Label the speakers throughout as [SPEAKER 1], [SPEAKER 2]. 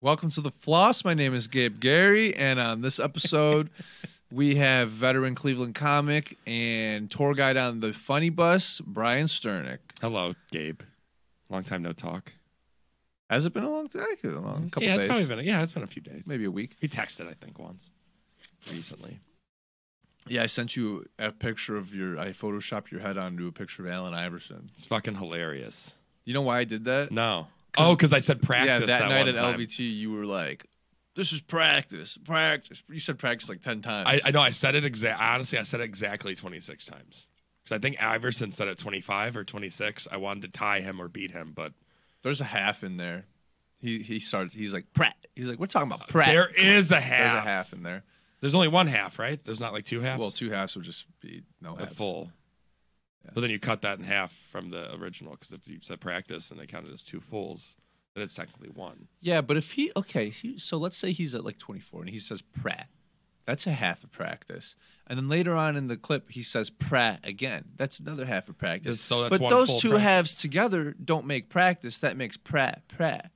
[SPEAKER 1] Welcome to the Floss. My name is Gabe Gary, and on this episode, we have veteran Cleveland comic and tour guide on the Funny Bus, Brian Sternick.
[SPEAKER 2] Hello, Gabe. Long time no talk.
[SPEAKER 1] Has it been a long time? A long couple
[SPEAKER 2] yeah, it's
[SPEAKER 1] days,
[SPEAKER 2] probably been yeah, it's been a few days.
[SPEAKER 1] maybe a week.
[SPEAKER 2] We texted, I think, once recently.
[SPEAKER 1] Yeah, I sent you a picture of your. I photoshopped your head onto a picture of Allen Iverson.
[SPEAKER 2] It's fucking hilarious.
[SPEAKER 1] You know why I did that?
[SPEAKER 2] No. Oh, because I said practice.
[SPEAKER 1] yeah, that, night
[SPEAKER 2] one
[SPEAKER 1] at
[SPEAKER 2] time.
[SPEAKER 1] LVT, you were like, "This is practice, practice." You said practice like ten times.
[SPEAKER 2] I, I know I said it exact. Honestly, I said it exactly 26 times. Because I think Iverson said it 25 or 26. I wanted to tie him or beat him, but
[SPEAKER 1] There's a half in there. He he starts. He's like prat. He's like, "We're talking about prat."
[SPEAKER 2] there is a half.
[SPEAKER 1] There's a half in there.
[SPEAKER 2] There's only one half, right? There's not like two halves.
[SPEAKER 1] Well, two halves would just be no
[SPEAKER 2] a
[SPEAKER 1] halves.
[SPEAKER 2] full. But then you cut that in half from the original because if you said practice and they counted as two fulls, then it's technically one.
[SPEAKER 1] Yeah, but if he okay, he, so let's say he's at like 24 and he says prat. That's a half of practice. And then later on in the clip, he says prat again. That's another half of practice.
[SPEAKER 2] So that's
[SPEAKER 1] but
[SPEAKER 2] one
[SPEAKER 1] those
[SPEAKER 2] full
[SPEAKER 1] two
[SPEAKER 2] practice.
[SPEAKER 1] halves together don't make practice. That makes prat prat.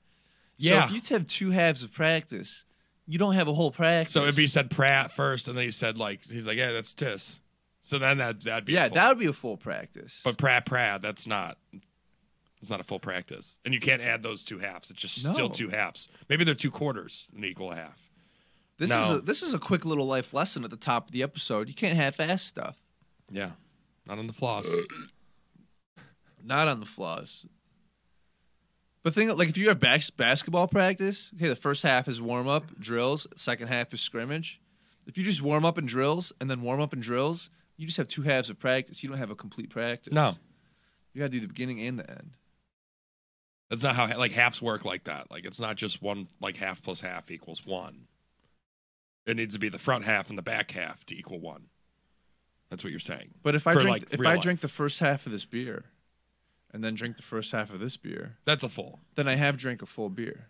[SPEAKER 2] Yeah.
[SPEAKER 1] So if you have two halves of practice, you don't have a whole practice.
[SPEAKER 2] So if you said Pratt first and then you said like he's like, Yeah, that's Tis. So then that that'd be a
[SPEAKER 1] yeah,
[SPEAKER 2] full.
[SPEAKER 1] that would be a full practice.
[SPEAKER 2] but Pratt Pratt, that's not it's not a full practice. And you can't add those two halves. It's just still
[SPEAKER 1] No.
[SPEAKER 2] two halves. Maybe they're two quarters and equal a half.
[SPEAKER 1] this
[SPEAKER 2] no.
[SPEAKER 1] is a, this is a quick little life lesson at the top of the episode. You can't half-ass stuff.
[SPEAKER 2] Yeah. Not on the floss.
[SPEAKER 1] not on the flaws. But think like if you have bas- basketball practice, okay, the first half is warm up, drills, second half is scrimmage. If you just warm up and drills and then warm up and drills, you just have two halves of practice. You don't have a complete practice.
[SPEAKER 2] no.
[SPEAKER 1] You got to do the beginning and the end.
[SPEAKER 2] That's not how like halves work like that. Like it's not just one like half plus half equals one. It needs to be the front half and the back half to equal one. That's what you're saying.
[SPEAKER 1] But if I
[SPEAKER 2] For,
[SPEAKER 1] drink
[SPEAKER 2] like,
[SPEAKER 1] if
[SPEAKER 2] real
[SPEAKER 1] I
[SPEAKER 2] life.
[SPEAKER 1] drink the first half of this beer and then drink the first half of this beer,
[SPEAKER 2] That's a full.
[SPEAKER 1] then I have drank a full beer.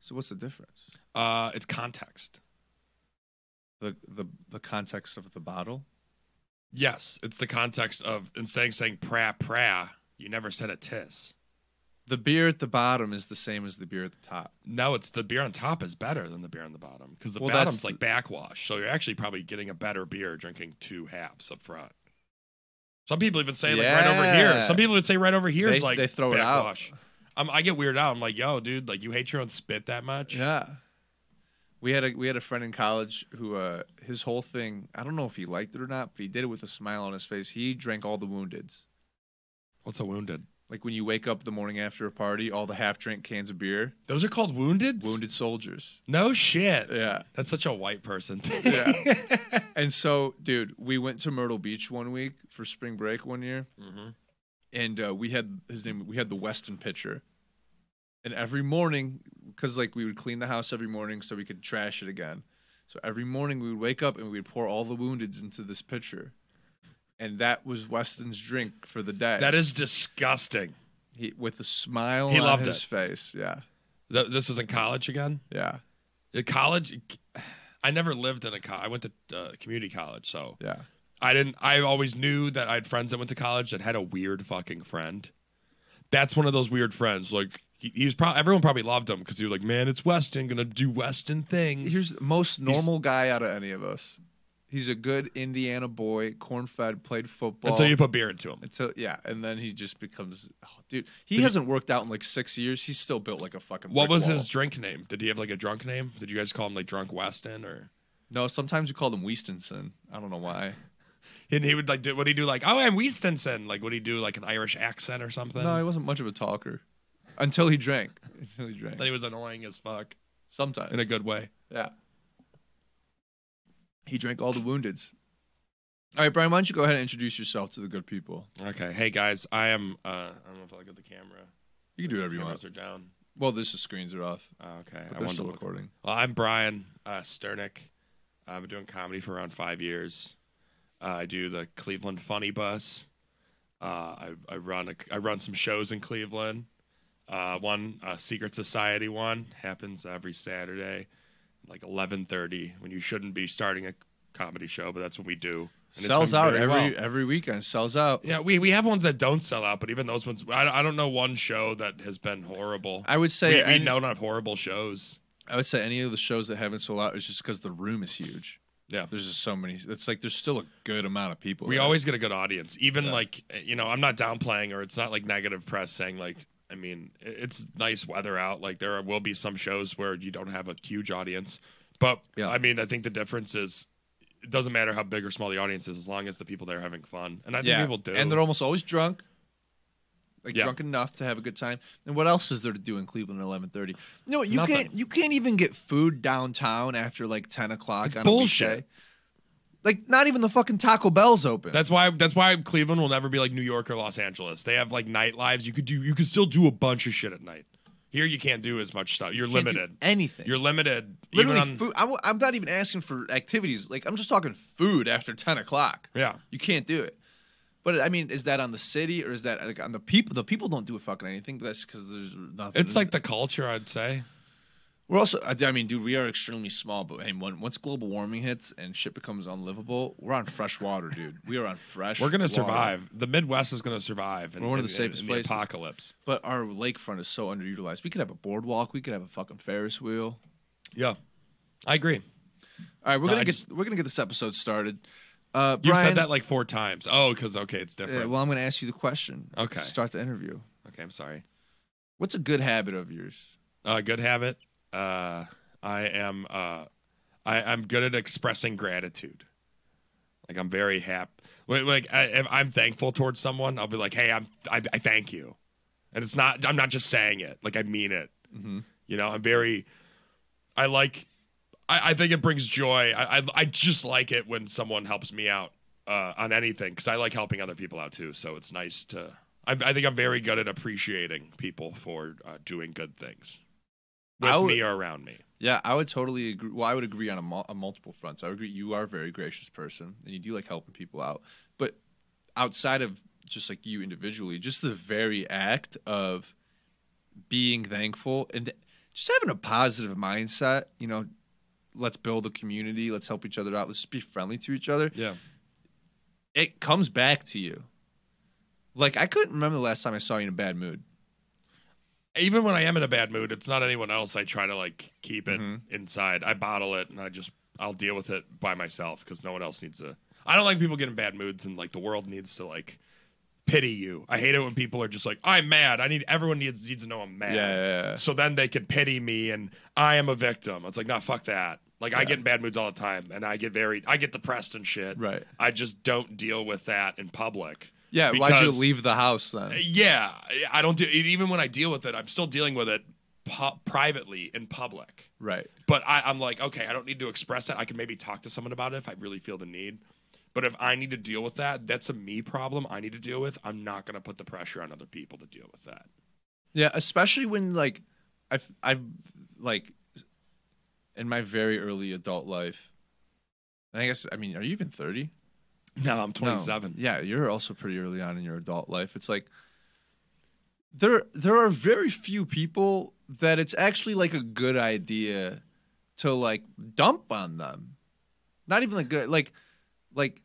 [SPEAKER 1] So what's the difference?
[SPEAKER 2] Uh, it's context.
[SPEAKER 1] The the the context of the bottle?
[SPEAKER 2] Yes, it's the context of instead of saying pra pra, you never said a tis.
[SPEAKER 1] The beer at the bottom is the same as the beer at the top.
[SPEAKER 2] No, it's the beer on top is better than the beer on the bottom because the
[SPEAKER 1] Well,
[SPEAKER 2] bottom's
[SPEAKER 1] that's-
[SPEAKER 2] like backwash. So you're actually probably getting a better beer drinking two halves up front. Some people even say like right over
[SPEAKER 1] Yeah.
[SPEAKER 2] here. Some people would say right over here is
[SPEAKER 1] They-
[SPEAKER 2] like
[SPEAKER 1] they throw it out.
[SPEAKER 2] backwash. I'm, I get weirded out. I'm like, yo, dude, like you hate your own spit that much?
[SPEAKER 1] Yeah. We had a we had a friend in college who uh his whole thing I don't know if he liked it or not, but he did it with a smile on his face. He drank all the woundeds.
[SPEAKER 2] What's a wounded?
[SPEAKER 1] Like when you wake up the morning after a party, all the half drink cans of beer,
[SPEAKER 2] Those are called wounded.
[SPEAKER 1] wounded soldiers.
[SPEAKER 2] No shit.
[SPEAKER 1] Yeah.
[SPEAKER 2] That's such a white person thing.
[SPEAKER 1] Yeah. and so, dude, we went to Myrtle Beach one week for spring break one year,
[SPEAKER 2] Mhm.
[SPEAKER 1] and uh, we had his name. We had the Weston pitcher, and every morning, because like we would clean the house every morning so we could trash it again. So every morning we would wake up and we'd pour all the woundeds into this pitcher, and that was Weston's drink for the day.
[SPEAKER 2] That is disgusting.
[SPEAKER 1] he, with a smile
[SPEAKER 2] He
[SPEAKER 1] on
[SPEAKER 2] loved
[SPEAKER 1] his
[SPEAKER 2] it.
[SPEAKER 1] face. Yeah,
[SPEAKER 2] Th- this was in college again.
[SPEAKER 1] yeah,
[SPEAKER 2] Uh, College. I never lived in a college. I went to uh, community college, so
[SPEAKER 1] yeah.
[SPEAKER 2] I didn't. I always knew that I had friends that went to college that had a weird fucking friend. That's one of those weird friends. Like he, he was probably everyone probably loved him because he was like, man, it's Weston gonna do Weston things.
[SPEAKER 1] Here's the most normal guy out of any of us. He's a good Indiana boy, corn fed, played football.
[SPEAKER 2] until you put beer into him.
[SPEAKER 1] Until- yeah, and then he just becomes oh, dude. He hasn't worked out in like six years. He's still built like a fucking.
[SPEAKER 2] What
[SPEAKER 1] brick
[SPEAKER 2] was
[SPEAKER 1] wall.
[SPEAKER 2] his drink name? Did he have like a drunk name? Did you guys call him like Drunk Weston or?
[SPEAKER 1] No, sometimes we call him Weastonson. I don't know why.
[SPEAKER 2] And he would like, do, would he do like, oh, I'm Westonson? Like, would he do like an Irish accent or something?
[SPEAKER 1] No, he wasn't much of a talker until he drank. Until he drank.
[SPEAKER 2] Then he was annoying as fuck
[SPEAKER 1] Sometimes.
[SPEAKER 2] in a good way.
[SPEAKER 1] yeah. He drank all the woundeds. All right, Brian, why don't you go ahead and introduce yourself to the good people?
[SPEAKER 2] Okay. Hey guys, I am. Uh, I don't know if I look at the camera.
[SPEAKER 1] You can do whatever you
[SPEAKER 2] Cameras
[SPEAKER 1] want.
[SPEAKER 2] are down.
[SPEAKER 1] Well, this is screens are off,
[SPEAKER 2] Oh, okay.
[SPEAKER 1] but
[SPEAKER 2] I
[SPEAKER 1] they're
[SPEAKER 2] wanted to
[SPEAKER 1] still
[SPEAKER 2] look.
[SPEAKER 1] recording.
[SPEAKER 2] Well, I'm Brian uh, Sternick. I've been doing comedy for around five years. Uh, I do the Cleveland Funny Bus. Uh, I, I run a, I run some shows in Cleveland. Uh, one uh, Secret Society one happens every Saturday, like 11:30, when you shouldn't be starting a comedy show, but that's what we do. and it's
[SPEAKER 1] sells
[SPEAKER 2] been
[SPEAKER 1] out
[SPEAKER 2] very
[SPEAKER 1] every
[SPEAKER 2] well.
[SPEAKER 1] every weekend. Sells out.
[SPEAKER 2] Yeah, we, we have ones that don't sell out, but even those ones, I, I don't know one show that has been horrible.
[SPEAKER 1] I would
[SPEAKER 2] we,
[SPEAKER 1] say
[SPEAKER 2] we
[SPEAKER 1] any,
[SPEAKER 2] know not horrible shows.
[SPEAKER 1] I would say any of the shows that haven't sold out is just because the room is huge.
[SPEAKER 2] Yeah.
[SPEAKER 1] There's just so many. It's like there's still a good amount of people.
[SPEAKER 2] We
[SPEAKER 1] there.
[SPEAKER 2] always get a good audience. Even
[SPEAKER 1] Yeah.
[SPEAKER 2] like, eh, you know, I'm not downplaying or it's not like negative press saying like, I mean, i- it's nice weather out. Like there will be some shows where you don't have a huge audience, but
[SPEAKER 1] Yeah.
[SPEAKER 2] I mean, I think the difference is it doesn't matter how big or small the audience is as long as the people there are having fun. And I think people do.
[SPEAKER 1] And they're almost always drunk. Like
[SPEAKER 2] Yeah.
[SPEAKER 1] drunk enough to have a good time. And what else is there to do in Cleveland at eleven thirty? No, you
[SPEAKER 2] Nothing.
[SPEAKER 1] can't. You can't even get food downtown after like ten o'clock.
[SPEAKER 2] It's
[SPEAKER 1] on
[SPEAKER 2] bullshit.
[SPEAKER 1] A weekday. Like not even the fucking Taco Bell's open.
[SPEAKER 2] That's why. That's why Cleveland will never be like New York or Los Angeles. They have like night lives. You could do. You could still do a bunch of shit at night. Here you can't do as much stuff. You're
[SPEAKER 1] You can't do
[SPEAKER 2] limited.
[SPEAKER 1] anything.
[SPEAKER 2] You're limited. even
[SPEAKER 1] literally
[SPEAKER 2] on-
[SPEAKER 1] food. I'm, I'm not even asking for activities. Like I'm just talking food after ten o'clock.
[SPEAKER 2] Yeah.
[SPEAKER 1] You can't do it. But I mean, is that on the city or is that like on the people? The people don't do fucking anything. But that's because there's nothing.
[SPEAKER 2] It's like the culture, I'd say.
[SPEAKER 1] We're also, I I mean, dude, we are extremely small, but hey, when, once global warming hits and shit becomes unlivable, we're on fresh water, dude. We are on fresh.
[SPEAKER 2] We're gonna
[SPEAKER 1] water.
[SPEAKER 2] survive. The Midwest is gonna survive. in-
[SPEAKER 1] We're one of
[SPEAKER 2] in-
[SPEAKER 1] the
[SPEAKER 2] in-
[SPEAKER 1] safest
[SPEAKER 2] in
[SPEAKER 1] places.
[SPEAKER 2] apocalypse.
[SPEAKER 1] But our lakefront is so underutilized. We could have a boardwalk. We could have a fucking Ferris wheel.
[SPEAKER 2] Yeah, I agree.
[SPEAKER 1] All right, we're
[SPEAKER 2] No,
[SPEAKER 1] gonna
[SPEAKER 2] I
[SPEAKER 1] get
[SPEAKER 2] just-
[SPEAKER 1] we're gonna get this episode started. Uh,
[SPEAKER 2] You
[SPEAKER 1] Brian,
[SPEAKER 2] said that like four times. Oh, because okay, it's different.
[SPEAKER 1] Yeah, well, I'm gonna ask you the question. to
[SPEAKER 2] Okay.
[SPEAKER 1] start the interview.
[SPEAKER 2] okay, I'm sorry.
[SPEAKER 1] What's a good habit of yours?
[SPEAKER 2] Uh, good habit. Uh, I am. Uh, I, I'm good at expressing gratitude. Like I'm very happy. Like, like I, if I'm thankful towards someone, I'll be like, "Hey, I'm. I, I thank you," and it's not. I'm not just saying it. Like I mean it.
[SPEAKER 1] Mhm.
[SPEAKER 2] You know, I'm very. I like. I, I think it brings joy. I, I I just like it when someone helps me out uh, on anything because I like helping other people out too. So it's nice to. I, I think I'm very good at appreciating people for uh, doing good things with
[SPEAKER 1] I would-
[SPEAKER 2] me or around me.
[SPEAKER 1] Yeah, I would totally agree. Well, I would agree on a, mul- a multiple fronts. I would agree you are a very gracious person and you do like helping people out. But outside of just like you individually, just the very act of being thankful and just having a positive mindset, you know, let's build a community, let's help each other out, let's just be friendly to each other.
[SPEAKER 2] Yeah.
[SPEAKER 1] It comes back to you. Like I couldn't remember the last time I saw you in a bad mood.
[SPEAKER 2] Even when I am in a bad mood, it's not anyone else. I try to like keep it
[SPEAKER 1] Mhm.
[SPEAKER 2] inside. I bottle it and I just I'll deal with it by myself because no one else needs to. I don't like people getting bad moods and like the world needs to like pity you. I hate it when people are just like I'm mad. I need everyone needs needs to know I'm mad.
[SPEAKER 1] Yeah.
[SPEAKER 2] So then they can pity me and I am a victim. It's like, nah, fuck that. Like I
[SPEAKER 1] Yeah.
[SPEAKER 2] get in bad moods all the time and I get very I get depressed and shit.
[SPEAKER 1] Right.
[SPEAKER 2] I just don't deal with that in public.
[SPEAKER 1] Yeah, why'd you
[SPEAKER 2] Because-
[SPEAKER 1] leave the house then?
[SPEAKER 2] Yeah, I- I don't do even when I deal with it, I'm still dealing with it pu- privately in public.
[SPEAKER 1] Right.
[SPEAKER 2] But I, I'm like, okay, I don't need to express that. I can maybe talk to someone about it if I really feel the need. But if I need to deal with that, that's a me problem. I need to deal with. I'm not gonna put the pressure on other people to deal with that.
[SPEAKER 1] Yeah, especially when like I've I've like in my very early adult life. and I guess I mean, are you even thirty?
[SPEAKER 2] No, I'm 27.
[SPEAKER 1] Yeah, you're also pretty early on in your adult life. It's like there there are very few people that it's actually like a good idea to like dump on them. Not even like good like like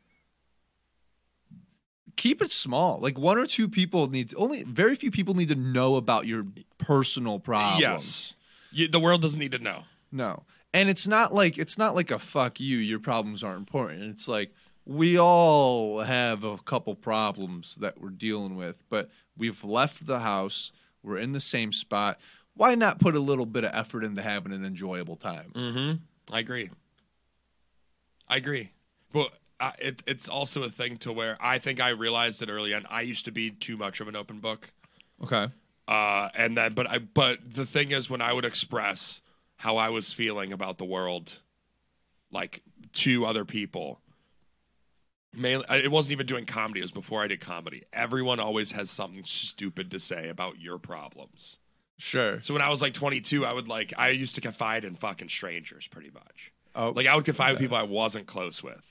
[SPEAKER 1] keep it small. Like one or two people need only very few people need to know about your personal problems.
[SPEAKER 2] Yes, you, the world doesn't need to know.
[SPEAKER 1] No. And it's not like it's not like a fuck you, your problems aren't important. It's like we all have a couple problems that we're dealing with, but we've left the house, we're in the same spot. Why not put a little bit of effort into having an enjoyable time?
[SPEAKER 2] Mm-hmm. I agree. I agree. But I, it, it's also a thing to where I think I realized it early on. I used to be too much of an open book.
[SPEAKER 1] Okay.
[SPEAKER 2] Uh, and then, but I, but the thing is, when I would express how I was feeling about the world, like to other people, mainly I- it wasn't even doing comedy. It was before I did comedy. Everyone always has something stupid to say about your problems.
[SPEAKER 1] Sure.
[SPEAKER 2] So when I was like 22, I would like I used to confide in fucking strangers pretty much.
[SPEAKER 1] Oh,
[SPEAKER 2] Like I would confide with
[SPEAKER 1] Okay.
[SPEAKER 2] people I wasn't close with,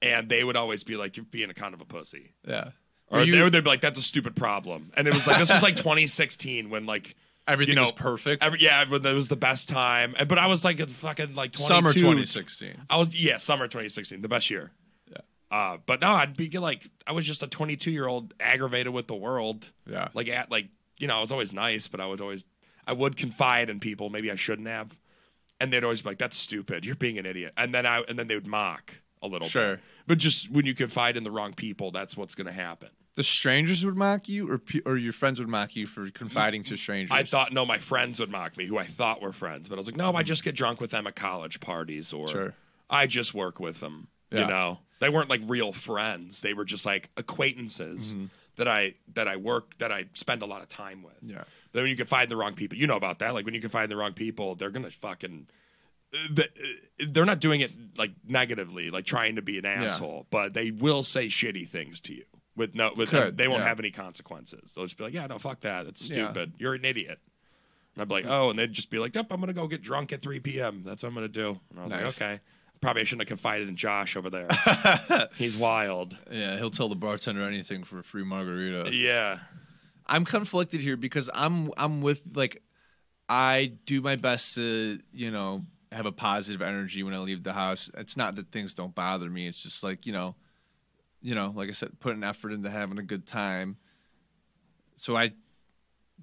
[SPEAKER 2] and they would always be like, "You're being a kind of a pussy,"
[SPEAKER 1] yeah.
[SPEAKER 2] or
[SPEAKER 1] Were
[SPEAKER 2] they
[SPEAKER 1] you,
[SPEAKER 2] would they'd be like, "That's a stupid problem." And it was like this was like 2016 when like
[SPEAKER 1] Everything
[SPEAKER 2] know,
[SPEAKER 1] was perfect.
[SPEAKER 2] Every, yeah, but that was the best time. And- But I was like a fucking like 22.
[SPEAKER 1] Summer 2016.
[SPEAKER 2] I was yeah, summer 2016, the best year.
[SPEAKER 1] Yeah.
[SPEAKER 2] Uh, but no, I'd be like I was just a 22 year old aggravated with the world.
[SPEAKER 1] Yeah.
[SPEAKER 2] Like at like you know I was always nice, but I would always I would confide in people. Maybe I shouldn't have. And they'd always be like, "That's stupid. You're being an idiot." And then I and then they would mock a little.
[SPEAKER 1] Sure.
[SPEAKER 2] Bit. But just when you confide in the wrong people, that's what's going to happen.
[SPEAKER 1] The strangers would mock you, or pe- or your friends would mock you for confiding to strangers.
[SPEAKER 2] Mm, I thought no, my friends would mock me, who I thought were friends, but I was like, no, I just get drunk with them at college parties, or
[SPEAKER 1] Sure.
[SPEAKER 2] I just work with them.
[SPEAKER 1] Yeah.
[SPEAKER 2] You know, they weren't like real friends; they were just like acquaintances
[SPEAKER 1] Mm-hmm.
[SPEAKER 2] that I that I work that I spend a lot of time with.
[SPEAKER 1] Yeah.
[SPEAKER 2] Then when you can find the wrong people, you know about that. Like when you can find the wrong people, they're gonna fucking. th- They're not doing it like negatively, like trying to be an asshole, but they will say shitty things to you with no, with
[SPEAKER 1] Could,
[SPEAKER 2] they won't
[SPEAKER 1] yeah.
[SPEAKER 2] have any consequences. They'll just be like, "Yeah, no, fuck that. That's
[SPEAKER 1] Yeah.
[SPEAKER 2] stupid. You're an idiot." And I'd be like, "Oh," and they'd just be like, "Nope, I'm gonna go get drunk at 3 p.m. That's what I'm gonna do." And I was like,
[SPEAKER 1] Nice.
[SPEAKER 2] "Okay, probably I shouldn't have confided in Josh over there. He's wild."
[SPEAKER 1] Yeah, he'll tell the bartender anything for a free margarita.
[SPEAKER 2] Yeah,
[SPEAKER 1] I'm conflicted here because I'm I'm with like I do my best to, you know, have a positive energy when I leave the house. It's not that things don't bother me. It's just like, you know, you know, like I said, putting effort into having a good time. So I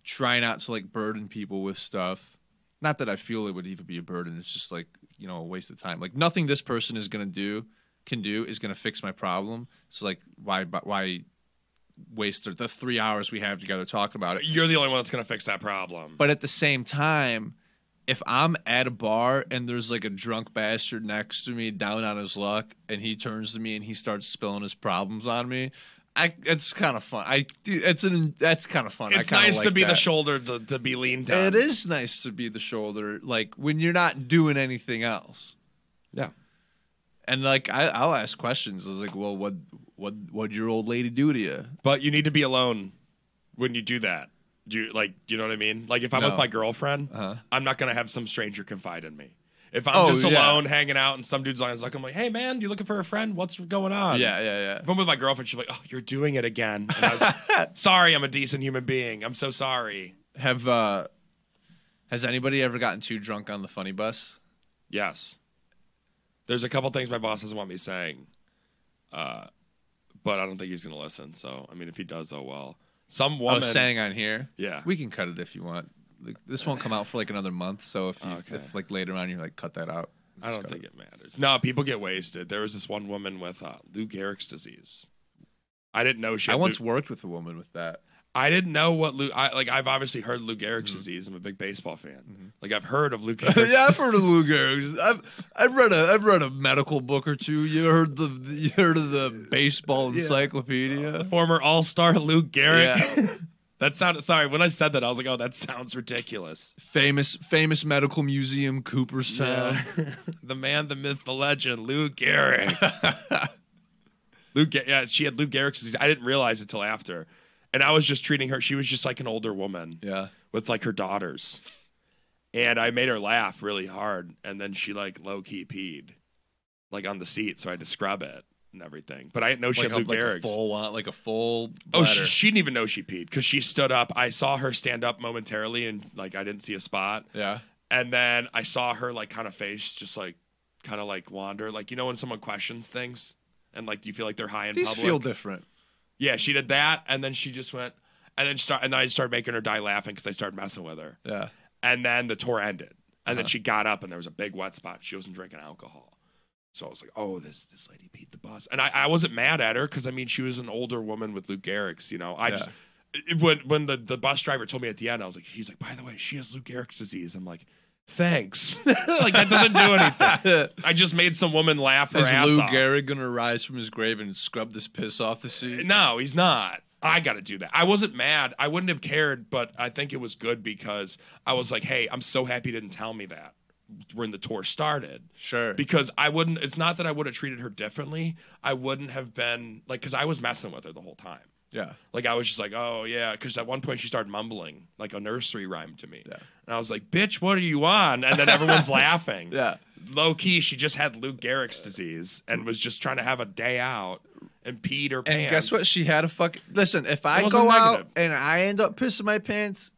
[SPEAKER 1] try not to like burden people with stuff. Not that I feel it would even be a burden. It's just like, you know, a waste of time. Like nothing this person is going to do can do is going to fix my problem. So like why why waste the- the 3 hours we have together talking about it?
[SPEAKER 2] you're the only one that's gonna fix that problem.
[SPEAKER 1] But at the same time, if I'm at a bar and there's like a drunk bastard next to me down on his luck and he turns to me and he starts spilling his problems on me, I it's kind of fun. I it's an that's kind of fun. I
[SPEAKER 2] it's
[SPEAKER 1] kinda
[SPEAKER 2] nice to
[SPEAKER 1] like
[SPEAKER 2] be the
[SPEAKER 1] that.
[SPEAKER 2] shoulder to, to be leaned on.
[SPEAKER 1] It is nice to be the shoulder like when you're not doing anything else.
[SPEAKER 2] Yeah.
[SPEAKER 1] And like I I'll ask questions. I was like, "Well, what what what your old lady do to you?"
[SPEAKER 2] But you need to be alone when you do that. Do you like you know what I mean? Like if I'm
[SPEAKER 1] No.
[SPEAKER 2] with my girlfriend,
[SPEAKER 1] Uh-huh.
[SPEAKER 2] I'm not gonna have some stranger confide in me. If I'm
[SPEAKER 1] Oh,
[SPEAKER 2] just
[SPEAKER 1] yeah.
[SPEAKER 2] alone hanging out and some dude's like, I'm like, hey man, you looking for a friend? What's going on?
[SPEAKER 1] Yeah, yeah,
[SPEAKER 2] If I'm with my girlfriend, she's like, oh, you're doing it again. And I- sorry, I'm a decent human being. I'm so sorry.
[SPEAKER 1] yeah. Have uh has anybody ever gotten too drunk on the funny bus?
[SPEAKER 2] Yes. There's a couple things my boss doesn't want me saying, uh, but I don't think he's gonna listen. So I mean, if he does, oh well. Some
[SPEAKER 1] I
[SPEAKER 2] woman.
[SPEAKER 1] was Oh, saying on here.
[SPEAKER 2] Yeah.
[SPEAKER 1] we can cut it if you want. Like, this won't come out for like another month, so if you,
[SPEAKER 2] Okay.
[SPEAKER 1] if like later on you're like cut that out.
[SPEAKER 2] I
[SPEAKER 1] just
[SPEAKER 2] don't
[SPEAKER 1] cut
[SPEAKER 2] think it matters. No, people get wasted. There was this one woman with uh, Lou Gehrig's disease. I didn't know she.
[SPEAKER 1] I
[SPEAKER 2] Had
[SPEAKER 1] once
[SPEAKER 2] Lou-
[SPEAKER 1] worked with a woman with that.
[SPEAKER 2] I didn't know what Lou. I, like I've obviously heard Lou Gehrig's disease. I'm a big baseball fan. Like Mm-hmm. I've heard of Lou Gehrig's.
[SPEAKER 1] of Lou Gehrig's. I've I've read a I've read a medical book or two. You heard the you heard of the baseball encyclopedia.
[SPEAKER 2] former All Star Lou
[SPEAKER 1] Uh,
[SPEAKER 2] Gehrig.
[SPEAKER 1] Yeah.
[SPEAKER 2] that sounded. Sorry, when I said that, I was like, oh, that sounds ridiculous.
[SPEAKER 1] famous famous medical museum Cooperstown.
[SPEAKER 2] the man, the myth, the legend, Lou Gehrig. Lou, Ge- yeah, she had Lou Gehrig's disease. I didn't realize it till after, and I was just treating her. She was just like an older woman.
[SPEAKER 1] Yeah.
[SPEAKER 2] with like her daughters. And I made her laugh really hard. And then she like low key peed like on the seat. So I had to scrub it and everything. But I didn't know she
[SPEAKER 1] Like, a,
[SPEAKER 2] had Lou
[SPEAKER 1] like a
[SPEAKER 2] Gehrig's.
[SPEAKER 1] full one, like a full.
[SPEAKER 2] oh,
[SPEAKER 1] bladder.
[SPEAKER 2] she, she didn't even know she peed because she stood up. I saw her stand up momentarily and like I didn't see a spot.
[SPEAKER 1] yeah.
[SPEAKER 2] And then I saw her like kind of face just like kind of like wander. Like, you know, when someone questions things and like you feel like they're high in
[SPEAKER 1] These
[SPEAKER 2] public.
[SPEAKER 1] feel different.
[SPEAKER 2] yeah, she did that. And then she just went and then start and then I started making her die laughing because I started messing with her
[SPEAKER 1] Yeah.
[SPEAKER 2] and then the tour ended and
[SPEAKER 1] Uh-huh.
[SPEAKER 2] then she got up and there was a big wet spot she wasn't drinking alcohol so i was like oh this this lady beat the bus and i, I wasn't mad at her because i mean she was an older woman with lou gehrig's you know i
[SPEAKER 1] Yeah.
[SPEAKER 2] just it- when when the, the bus driver told me at the end i was like he's like by the way she has lou gehrig's disease i'm like thanks like that doesn't do anything i just made some woman laugh her
[SPEAKER 1] Is
[SPEAKER 2] ass
[SPEAKER 1] Lou
[SPEAKER 2] off
[SPEAKER 1] Gehrig gonna rise from his grave and scrub this piss off the seat?
[SPEAKER 2] No, he's not. I got to do that. I wasn't mad. I wouldn't have cared, but I think it was good because I was like, hey, I'm so happy you didn't tell me that when the tour started.
[SPEAKER 1] Sure.
[SPEAKER 2] Because I wouldn't, it's not that I would have treated her differently. I wouldn't have been, like, because I was messing with her the whole time.
[SPEAKER 1] yeah.
[SPEAKER 2] Like, I was just like, oh, yeah. Because at one point she started mumbling, like a nursery rhyme to me.
[SPEAKER 1] Yeah.
[SPEAKER 2] And I was like, bitch, what are you on? And then everyone's laughing.
[SPEAKER 1] Yeah.
[SPEAKER 2] Low key, she just had Lou Gehrig's disease and was just trying to have a day out and peed her
[SPEAKER 1] And
[SPEAKER 2] pants.
[SPEAKER 1] guess what? She had a fuck. Listen, if I
[SPEAKER 2] wasn't
[SPEAKER 1] go out
[SPEAKER 2] negative.
[SPEAKER 1] and I end up pissing my pants,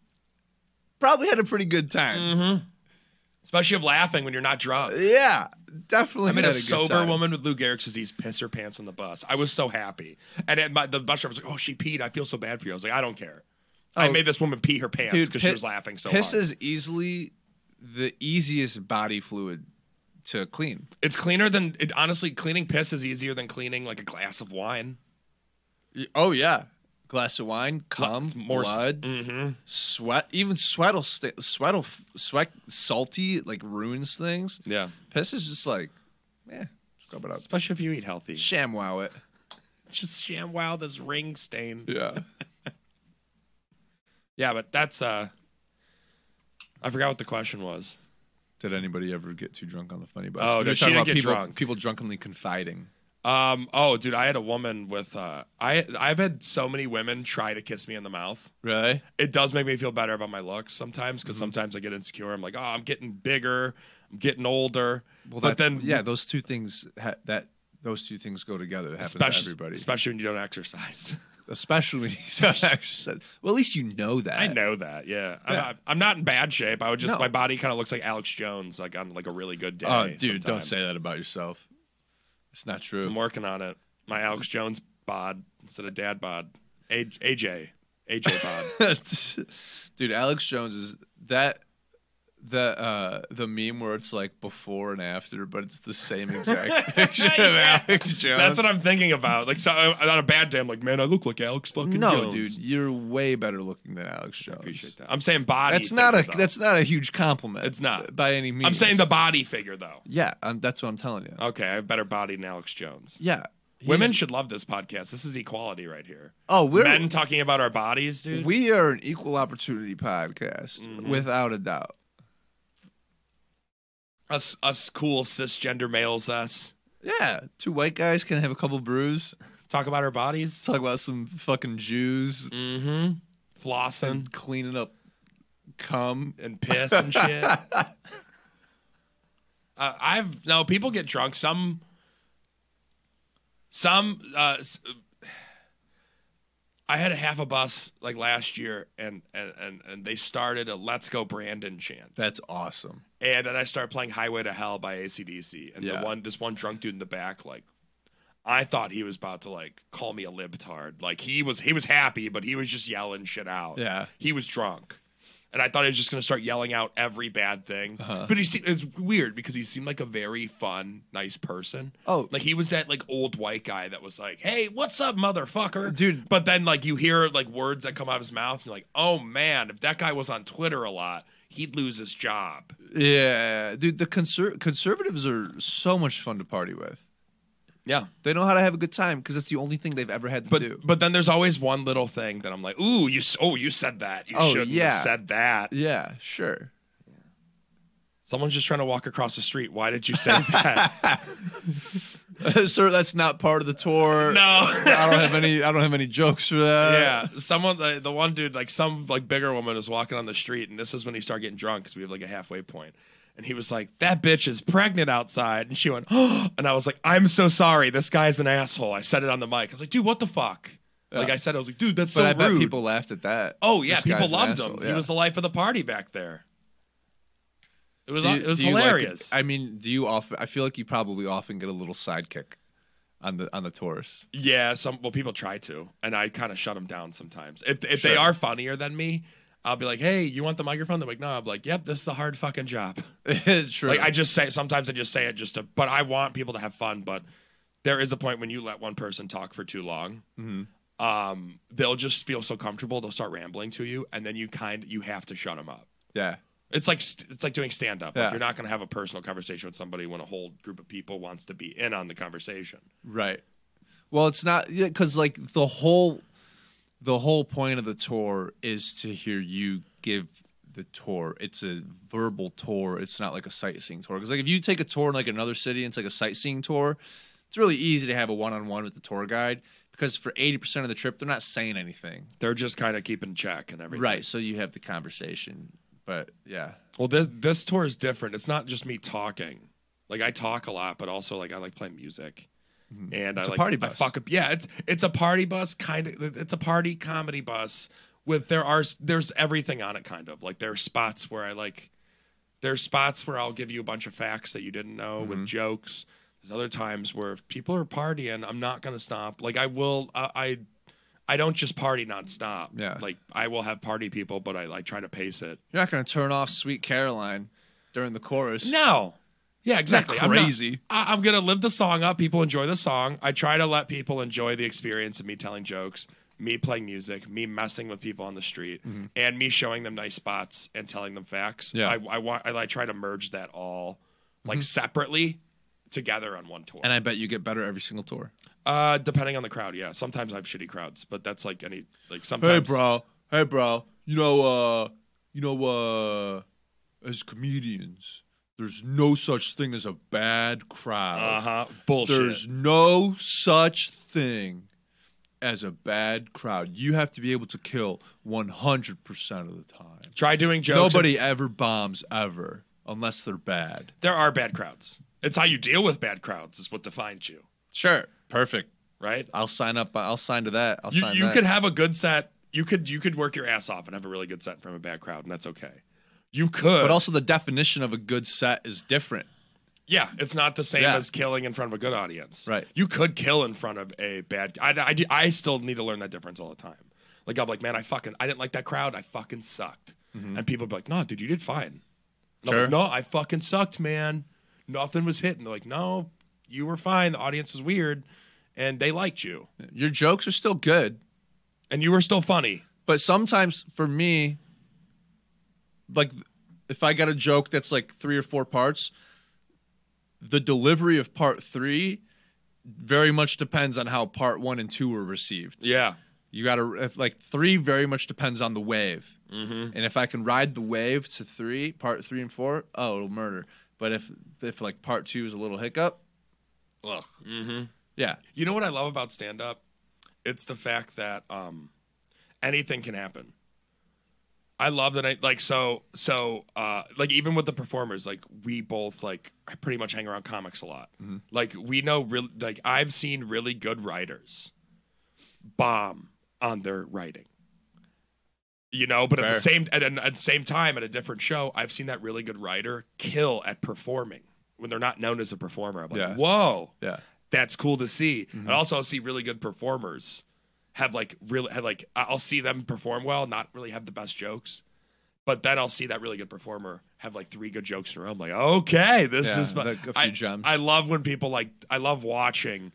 [SPEAKER 1] probably had a pretty good time.
[SPEAKER 2] Especially of laughing when you're not drunk.
[SPEAKER 1] Yeah, definitely.
[SPEAKER 2] I met
[SPEAKER 1] had
[SPEAKER 2] a
[SPEAKER 1] a good
[SPEAKER 2] sober
[SPEAKER 1] time.
[SPEAKER 2] woman with Lou Gehrig's disease piss her pants on the bus. I was so happy. And it, my, the bus driver was like, oh, she peed. I feel so bad for you. I was like, I don't care. I
[SPEAKER 1] Oh.
[SPEAKER 2] made this woman pee her pants
[SPEAKER 1] Dude,
[SPEAKER 2] because
[SPEAKER 1] pi-
[SPEAKER 2] she was laughing so
[SPEAKER 1] Piss
[SPEAKER 2] hard.
[SPEAKER 1] is easily the easiest body fluid to clean.
[SPEAKER 2] It's cleaner than, it, honestly, cleaning piss is easier than cleaning like a glass of wine.
[SPEAKER 1] Oh yeah, glass of wine, cum,
[SPEAKER 2] It's more
[SPEAKER 1] blood,
[SPEAKER 2] hmm
[SPEAKER 1] sweat. Even sweat will st- sweat will f- sweat salty like ruins things.
[SPEAKER 2] Yeah.
[SPEAKER 1] Piss is just like, yeah, scrub it up,
[SPEAKER 2] Especially if you eat healthy.
[SPEAKER 1] sham wow it.
[SPEAKER 2] Just sham wow this ring stain.
[SPEAKER 1] Yeah.
[SPEAKER 2] Yeah, but that's, uh, I forgot what the question was.
[SPEAKER 1] Did anybody ever get too drunk on the funny bus?
[SPEAKER 2] Oh,
[SPEAKER 1] We were
[SPEAKER 2] no, she
[SPEAKER 1] talking
[SPEAKER 2] didn't
[SPEAKER 1] about
[SPEAKER 2] get
[SPEAKER 1] people,
[SPEAKER 2] drunk.
[SPEAKER 1] People drunkenly confiding.
[SPEAKER 2] Um. Oh, dude, I had a woman with. Uh, I I've had so many women try to kiss me in the mouth.
[SPEAKER 1] Really?
[SPEAKER 2] It does make me feel better about my looks sometimes
[SPEAKER 1] Mm-hmm.
[SPEAKER 2] because sometimes I get insecure. I'm like, oh, I'm getting bigger. I'm getting older.
[SPEAKER 1] Well,
[SPEAKER 2] but
[SPEAKER 1] that's,
[SPEAKER 2] then
[SPEAKER 1] yeah, those two things ha- that those two things go together. It happens to
[SPEAKER 2] especially
[SPEAKER 1] everybody,
[SPEAKER 2] especially when you don't exercise.
[SPEAKER 1] especially when you don't exercise. Well, at least you know that.
[SPEAKER 2] I know that. Yeah, I'm,
[SPEAKER 1] Uh, Yeah.
[SPEAKER 2] Not, I'm not in bad shape. I would just
[SPEAKER 1] No.
[SPEAKER 2] my body kind of looks like Alex Jones, like on like a really good day.
[SPEAKER 1] Oh, dude, don't
[SPEAKER 2] sometimes.
[SPEAKER 1] say that about yourself. It's not true.
[SPEAKER 2] I'm working on it. My Alex Jones bod instead of dad bod. A- AJ AJ bod.
[SPEAKER 1] dude, Alex Jones is that the uh the meme where it's like before and after, but it's the same exact picture
[SPEAKER 2] Yeah.
[SPEAKER 1] of Alex Jones.
[SPEAKER 2] That's what I'm thinking about. Like, so I'm not a bad day. I'm like, man, I look like Alex fucking
[SPEAKER 1] no,
[SPEAKER 2] Jones.
[SPEAKER 1] dude, you're way better looking than Alex Jones.
[SPEAKER 2] I appreciate that. I'm saying body.
[SPEAKER 1] That's not a
[SPEAKER 2] figure, though.
[SPEAKER 1] that's not a huge compliment.
[SPEAKER 2] It's not.
[SPEAKER 1] by any means.
[SPEAKER 2] I'm saying the body figure though.
[SPEAKER 1] yeah. Um, that's what I'm telling you.
[SPEAKER 2] Okay, I have better body than Alex Jones.
[SPEAKER 1] Yeah, He's-
[SPEAKER 2] Women should love this podcast. This is equality right here.
[SPEAKER 1] Oh, we're
[SPEAKER 2] Men talking about our bodies, dude.
[SPEAKER 1] we are an equal opportunity podcast
[SPEAKER 2] Mm-hmm.
[SPEAKER 1] without a doubt.
[SPEAKER 2] us, us cool cisgender males, us
[SPEAKER 1] Yeah, two white guys can have a couple brews.
[SPEAKER 2] talk about our bodies.
[SPEAKER 1] Talk about some fucking Jews
[SPEAKER 2] Mm-hmm. Flossing
[SPEAKER 1] and cleaning up cum.
[SPEAKER 2] and piss and shit. uh, I've no people get drunk. Some, some. Uh, s- I had a half a bus like last year, and and and, and they started a "Let's Go Brandon" chant,
[SPEAKER 1] That's awesome.
[SPEAKER 2] and then I started playing "Highway to Hell" by ACDC, and
[SPEAKER 1] Yeah.
[SPEAKER 2] the one this one drunk dude in the back like. I thought he was about to like call me a libtard. Like he was, he was happy, but he was just yelling shit out
[SPEAKER 1] Yeah.
[SPEAKER 2] he was drunk. And I thought he was just going to start yelling out every bad thing.
[SPEAKER 1] Uh-huh.
[SPEAKER 2] But he seemed, it's weird because he seemed like a very fun, nice person.
[SPEAKER 1] Oh.
[SPEAKER 2] Like he was that like old white guy that was like, hey, what's up, motherfucker?
[SPEAKER 1] Dude.
[SPEAKER 2] But then like you hear like words that come out of his mouth and you're like, oh man, if that guy was on Twitter a lot, he'd lose his job.
[SPEAKER 1] Yeah, dude, the conser- conservatives are so much fun to party with.
[SPEAKER 2] Yeah.
[SPEAKER 1] They know how to have a good time because that's the only thing they've ever had to
[SPEAKER 2] But
[SPEAKER 1] do.
[SPEAKER 2] but then there's always one little thing that I'm like, ooh, you s- oh you said that. You
[SPEAKER 1] Oh,
[SPEAKER 2] shouldn't
[SPEAKER 1] yeah.
[SPEAKER 2] have said that.
[SPEAKER 1] Yeah, sure.
[SPEAKER 2] Someone's just trying to walk across the street. Why did you say that?
[SPEAKER 1] Sir, that's not part of the tour.
[SPEAKER 2] no.
[SPEAKER 1] I don't have any. I don't have any jokes for that.
[SPEAKER 2] yeah, someone the, the one dude like some like bigger woman was walking on the street, and this is when he started getting drunk because we have like a halfway point, and he was like, "That bitch is pregnant outside," and she went, "Oh," and I was like, "I'm so sorry, this guy's an asshole." I said it on the mic. I was like, "Dude, what the fuck?" Like I said, I was like, "Dude, that's
[SPEAKER 1] But
[SPEAKER 2] so
[SPEAKER 1] I bet
[SPEAKER 2] rude."
[SPEAKER 1] people laughed at that.
[SPEAKER 2] oh yeah,
[SPEAKER 1] This guy's
[SPEAKER 2] people
[SPEAKER 1] an
[SPEAKER 2] loved
[SPEAKER 1] asshole,
[SPEAKER 2] him. He
[SPEAKER 1] yeah.
[SPEAKER 2] was the life of the party back there. It was
[SPEAKER 1] Do you-
[SPEAKER 2] it was
[SPEAKER 1] do you like-
[SPEAKER 2] hilarious.
[SPEAKER 1] I mean, do you often? I feel like you probably often get a little sidekick on the on the tours.
[SPEAKER 2] Yeah, some well, people try to, and I kind of shut them down sometimes. If if they
[SPEAKER 1] Sure.
[SPEAKER 2] are funnier than me, I'll be like, "Hey, you want the microphone?" They're like, "No." I'm like, "Yep, this is a hard fucking job."
[SPEAKER 1] True.
[SPEAKER 2] Like I just say sometimes I just say it just to, but I want people to have fun. But there is a point when you let one person talk for too long,
[SPEAKER 1] Mm-hmm.
[SPEAKER 2] um, they'll just feel so comfortable they'll start rambling to you, and then you kind you have to shut them up.
[SPEAKER 1] yeah.
[SPEAKER 2] It's like st- it's like doing stand up.
[SPEAKER 1] Yeah.
[SPEAKER 2] Like, you're not going to have a personal conversation with somebody when a whole group of people wants to be in on the conversation.
[SPEAKER 1] Right. Well, it's not because like the whole the whole point of the tour is to hear you give the tour. It's a verbal tour. It's not like a sightseeing tour. Because like if you take a tour in like another city, and it's like a sightseeing tour. It's really easy to have a one on one with the tour guide because for eighty percent of the trip, they're not saying anything.
[SPEAKER 2] They're just kind of keeping check and everything.
[SPEAKER 1] Right. So you have the conversation. But yeah.
[SPEAKER 2] Well, this this tour is different. It's not just me talking. Like I talk a lot, but also like I like playing music, and
[SPEAKER 1] Mm-hmm. It's
[SPEAKER 2] I
[SPEAKER 1] a
[SPEAKER 2] like
[SPEAKER 1] party
[SPEAKER 2] I
[SPEAKER 1] bus.
[SPEAKER 2] fuck up. Yeah, it's it's a party bus kind of. It's a party comedy bus with there are there's everything on it kind of like there are spots where i like there's spots where i'll give you a bunch of facts that you didn't know
[SPEAKER 1] Mm-hmm.
[SPEAKER 2] with jokes there's other times where if people are partying i'm not gonna stop like i will i i, I don't just party nonstop
[SPEAKER 1] Yeah.
[SPEAKER 2] like i will have party people but i, I try to pace it
[SPEAKER 1] You're not gonna turn off Sweet Caroline during the chorus.
[SPEAKER 2] no yeah exactly I'm not-
[SPEAKER 1] crazy.
[SPEAKER 2] I, I'm gonna live the song up. People enjoy the song. I try to let people enjoy the experience of me telling jokes, me playing music, me messing with people on the street, and me showing them nice spots and telling them facts.
[SPEAKER 1] Mm-hmm. Yeah. Mm-hmm.
[SPEAKER 2] I, I want. I, I try to merge that all, like separately, together on one tour.
[SPEAKER 1] And I bet you get better every single tour.
[SPEAKER 2] uh, depending on the crowd, yeah. Sometimes I have shitty crowds, but that's like any like sometimes.
[SPEAKER 1] Hey bro, hey bro. You know, uh, you know, uh, as comedians, there's no such thing as a bad crowd.
[SPEAKER 2] Uh huh. Bullshit.
[SPEAKER 1] There's no such thing as a bad crowd. You have to be able to kill 100% of the time.
[SPEAKER 2] try doing jokes. and-
[SPEAKER 1] Nobody ever bombs ever unless they're bad.
[SPEAKER 2] there are bad crowds. It's how you deal with bad crowds is what defines you,
[SPEAKER 1] Sure. Perfect.
[SPEAKER 2] right?
[SPEAKER 1] I'll sign up. I'll sign to that. I'll
[SPEAKER 2] you,
[SPEAKER 1] sign
[SPEAKER 2] you
[SPEAKER 1] that.
[SPEAKER 2] could have a good set. You could you could work your ass off and have a really good set from a bad crowd, and that's okay. You could,
[SPEAKER 1] but also the definition of a good set is different.
[SPEAKER 2] yeah, it's not the same
[SPEAKER 1] Yeah.
[SPEAKER 2] as killing in front of a good audience,
[SPEAKER 1] Right.
[SPEAKER 2] You could kill in front of a bad. I, I, do- I still need to learn that difference all the time. Like I'm like, man, I fucking I didn't like that crowd. I fucking sucked, and people be like, no, dude, you did fine. And I'm
[SPEAKER 1] Mm-hmm. Sure.
[SPEAKER 2] like, no, I fucking sucked, man. Nothing was hitting. They're like, no, you were fine. The audience was weird, and they liked you,
[SPEAKER 1] Your jokes are still good,
[SPEAKER 2] and you were still funny.
[SPEAKER 1] but sometimes for me like if i got a joke that's like three or four parts the delivery of part three very much depends on how part one and two were received
[SPEAKER 2] Yeah,
[SPEAKER 1] you gotta if, like three very much depends on the wave mm-hmm. and if i can ride the wave to three part three and four oh it'll murder but if if like part two is a little hiccup
[SPEAKER 2] Ugh.
[SPEAKER 1] yeah
[SPEAKER 2] You know what I love about stand up? It's the fact that um, anything can happen. I love that I like so so uh like even with the performers like we both like I pretty much hang around comics a lot.
[SPEAKER 1] Mm-hmm.
[SPEAKER 2] Like we know really like I've seen really good writers bomb on their writing. You know, but at
[SPEAKER 1] Fair.
[SPEAKER 2] the same at, an, at the same time at a different show, I've seen that really good writer kill at performing when they're not known as a performer. I'm like,
[SPEAKER 1] Yeah.
[SPEAKER 2] whoa
[SPEAKER 1] yeah
[SPEAKER 2] that's cool to see.
[SPEAKER 1] Mm-hmm.
[SPEAKER 2] And also, I'll see really good performers have like really have like I- I'll see them perform well, not really have the best jokes, but then I'll see that really good performer have like three good jokes in a row. I'm like, okay, this
[SPEAKER 1] Yeah,
[SPEAKER 2] is fu-
[SPEAKER 1] like a few
[SPEAKER 2] I,
[SPEAKER 1] gems.
[SPEAKER 2] I love when people like I love watching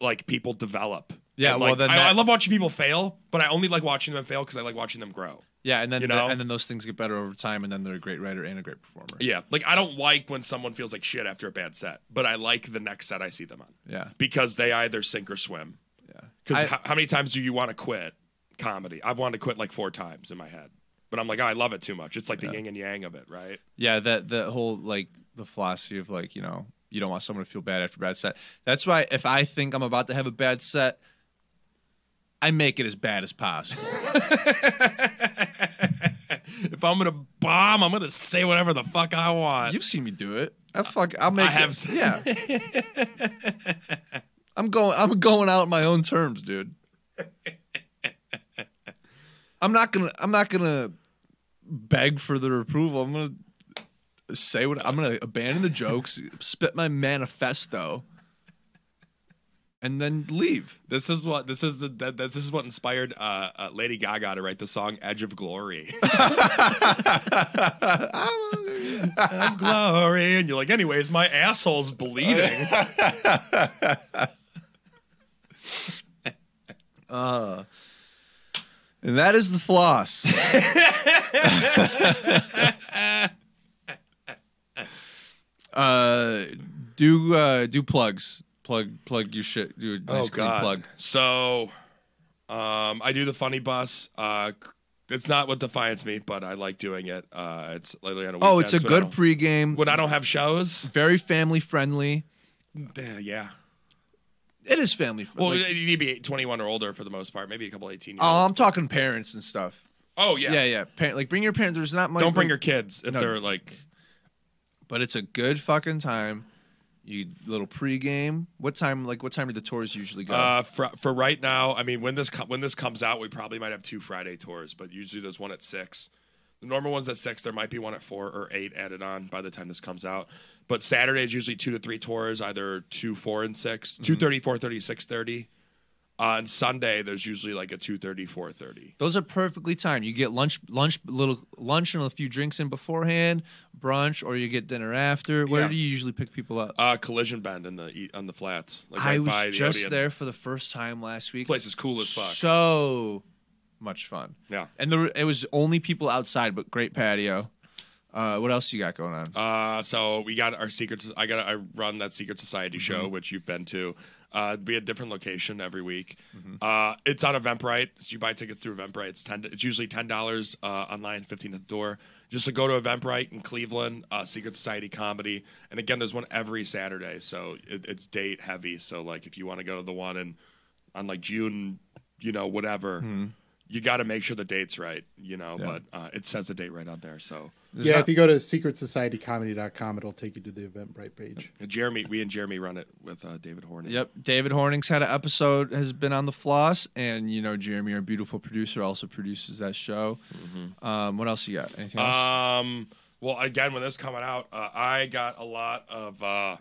[SPEAKER 2] like people develop.
[SPEAKER 1] Yeah,
[SPEAKER 2] And,
[SPEAKER 1] well,
[SPEAKER 2] like,
[SPEAKER 1] then
[SPEAKER 2] I,
[SPEAKER 1] that-
[SPEAKER 2] I love watching people fail, but I only like watching them fail because I like watching them grow.
[SPEAKER 1] yeah and then
[SPEAKER 2] You know?
[SPEAKER 1] and then those things get better over time and then they're a great writer and a great performer
[SPEAKER 2] Yeah, like I don't like when someone feels like shit after a bad set, but I like the next set I see them on.
[SPEAKER 1] yeah
[SPEAKER 2] because they either sink or swim.
[SPEAKER 1] yeah
[SPEAKER 2] Because
[SPEAKER 1] I-
[SPEAKER 2] how, how many times do you want to quit comedy? I've wanted to quit like four times in my head, but I'm like, oh, I love it too much. It's like the yin and yang of it, right?
[SPEAKER 1] Yeah, that the whole like the philosophy of like you know you don't want someone to feel bad after a bad set. That's why if I think I'm about to have a bad set, I make it as bad as possible.
[SPEAKER 2] If I'm gonna bomb, I'm gonna say whatever the fuck I want.
[SPEAKER 1] You've seen me do it. I fuck. I'll make.
[SPEAKER 2] I have
[SPEAKER 1] it-
[SPEAKER 2] seen-
[SPEAKER 1] Yeah. I'm going. I'm going out on my own terms, dude. I'm not gonna. I'm not gonna beg for their approval. I'm gonna say what I'm gonna abandon the jokes, spit my manifesto, and then leave.
[SPEAKER 2] this is what this is the, that, that- this is what inspired uh, uh, Lady Gaga to write the song "Edge of Glory." I'm glory, and you're like, anyways, my asshole's bleeding.
[SPEAKER 1] And that is the floss. uh, do uh, do plugs. Plug plug your shit. Do a
[SPEAKER 2] Oh,
[SPEAKER 1] nice clean plug.
[SPEAKER 2] So, um, I do the funny bus. Uh, c- it's not what defines me, but I like doing it. Uh, it's lately on a
[SPEAKER 1] Oh, it's a
[SPEAKER 2] weekends when I
[SPEAKER 1] good
[SPEAKER 2] don't-
[SPEAKER 1] pregame.
[SPEAKER 2] when I don't have shows.
[SPEAKER 1] Very family friendly.
[SPEAKER 2] Yeah, yeah.
[SPEAKER 1] It is family friendly.
[SPEAKER 2] Well, you need to be 21 or older for the most part. Maybe a couple 18. Year
[SPEAKER 1] oh,
[SPEAKER 2] olds.
[SPEAKER 1] I'm talking parents and stuff.
[SPEAKER 2] oh
[SPEAKER 1] Yeah,
[SPEAKER 2] yeah.
[SPEAKER 1] yeah. Parent, like bring your parents. There's not much.
[SPEAKER 2] Don't bring your kids if
[SPEAKER 1] No.
[SPEAKER 2] they're like.
[SPEAKER 1] But it's a good fucking time. You little pregame. What time? Like what time do the tours usually go?
[SPEAKER 2] Uh, for for right now, I mean, when this co- when this comes out, we probably might have two Friday tours, but usually there's one at six. The normal one's at six. There might be one at four or eight added on by the time this comes out. But Saturday is usually two to three tours, either two, four, and six,
[SPEAKER 1] Mm-hmm.
[SPEAKER 2] two thirty, four thirty, six thirty. On Sunday, there's usually like a two thirty, four thirty.
[SPEAKER 1] Those are perfectly timed. You get lunch, lunch, little lunch, and a few drinks in beforehand, brunch, or you get dinner after. Where
[SPEAKER 2] Yeah.
[SPEAKER 1] do you usually pick people up?
[SPEAKER 2] Uh, collision bend in the e- on the flats. Like
[SPEAKER 1] I
[SPEAKER 2] right by the
[SPEAKER 1] was just
[SPEAKER 2] Odeon.
[SPEAKER 1] there for the first time last week.
[SPEAKER 2] Place is cool as fuck.
[SPEAKER 1] So much fun.
[SPEAKER 2] yeah.
[SPEAKER 1] And there, it was only people outside, but great patio. Uh, what else you got going on?
[SPEAKER 2] Uh, so we got our secret. I got. I run that secret society show, which you've been to. Uh, it'd be a different location every week. Uh, it's on Eventbrite. So you buy tickets through Eventbrite. It's ten. It's usually ten dollars uh, online, fifteen at the door. Just to go to Eventbrite in Cleveland, uh, Secret Society comedy, and again, there's one every Saturday. So it, it's date heavy. So like, if you want to go to the one and on like June, you know, whatever. You got to make sure the date's right, you know,
[SPEAKER 1] Yeah.
[SPEAKER 2] but uh, it says the date right on there. So
[SPEAKER 1] It's
[SPEAKER 3] yeah,
[SPEAKER 1] not-
[SPEAKER 3] if you go to secretsocietycomedy.com, it'll take you to the Eventbrite page.
[SPEAKER 2] And Jeremy, we and Jeremy run it with uh, David Horning.
[SPEAKER 1] Yep, David Horning's had an episode has been on the floss, and you know Jeremy, our beautiful producer, also produces that show.
[SPEAKER 2] Mm-hmm.
[SPEAKER 1] Um, what else you got? Anything else?
[SPEAKER 2] Um. Well, again, when this coming out, uh, I got a lot of. Uh,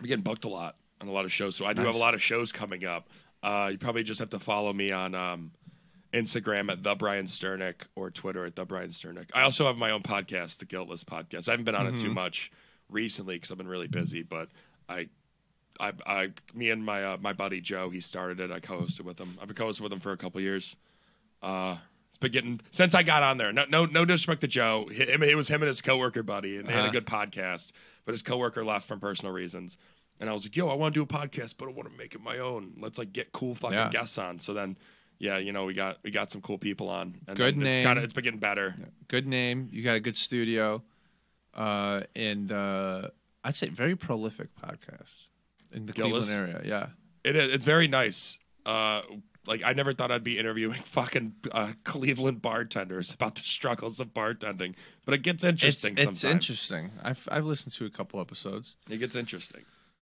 [SPEAKER 2] I'm getting booked a lot on a lot of shows, so I do have a
[SPEAKER 1] Nice.
[SPEAKER 2] lot of shows coming up. Uh, you probably just have to follow me on um, Instagram at the Brian Sternick or Twitter at the Brian Sternick. I also have my own podcast, the Guiltless Podcast. I haven't been on it
[SPEAKER 1] Mm-hmm.
[SPEAKER 2] too much recently because I've been really busy, but I. I, I, me and my uh, my buddy Joe, he started it. I co-hosted with him. I've been co-hosted with him for a couple years. Uh, it's been getting since I got on there. No, no, no disrespect to Joe. Hi- Him, it was him and his coworker buddy, and they had
[SPEAKER 1] Uh-huh.
[SPEAKER 2] a good podcast. But his coworker left from personal reasons, and I was like, "Yo, I want to do a podcast, but I want to make it my own. Let's like get cool fucking
[SPEAKER 1] Yeah.
[SPEAKER 2] guests on." So then, yeah, you know, we got we got some cool people on. And
[SPEAKER 1] Good
[SPEAKER 2] then It's
[SPEAKER 1] name.
[SPEAKER 2] kind of it's been getting better.
[SPEAKER 1] good name. You got a good studio, uh, and uh, I'd say very prolific podcast in the
[SPEAKER 2] Gillis?
[SPEAKER 1] Cleveland area. Yeah,
[SPEAKER 2] It is. It's very nice. Uh, like I never thought I'd be interviewing fucking uh, Cleveland bartenders about the struggles of bartending, but it gets
[SPEAKER 1] it's,
[SPEAKER 2] interesting.
[SPEAKER 1] it's
[SPEAKER 2] sometimes.
[SPEAKER 1] interesting. I've I've listened to a couple episodes.
[SPEAKER 2] It gets interesting.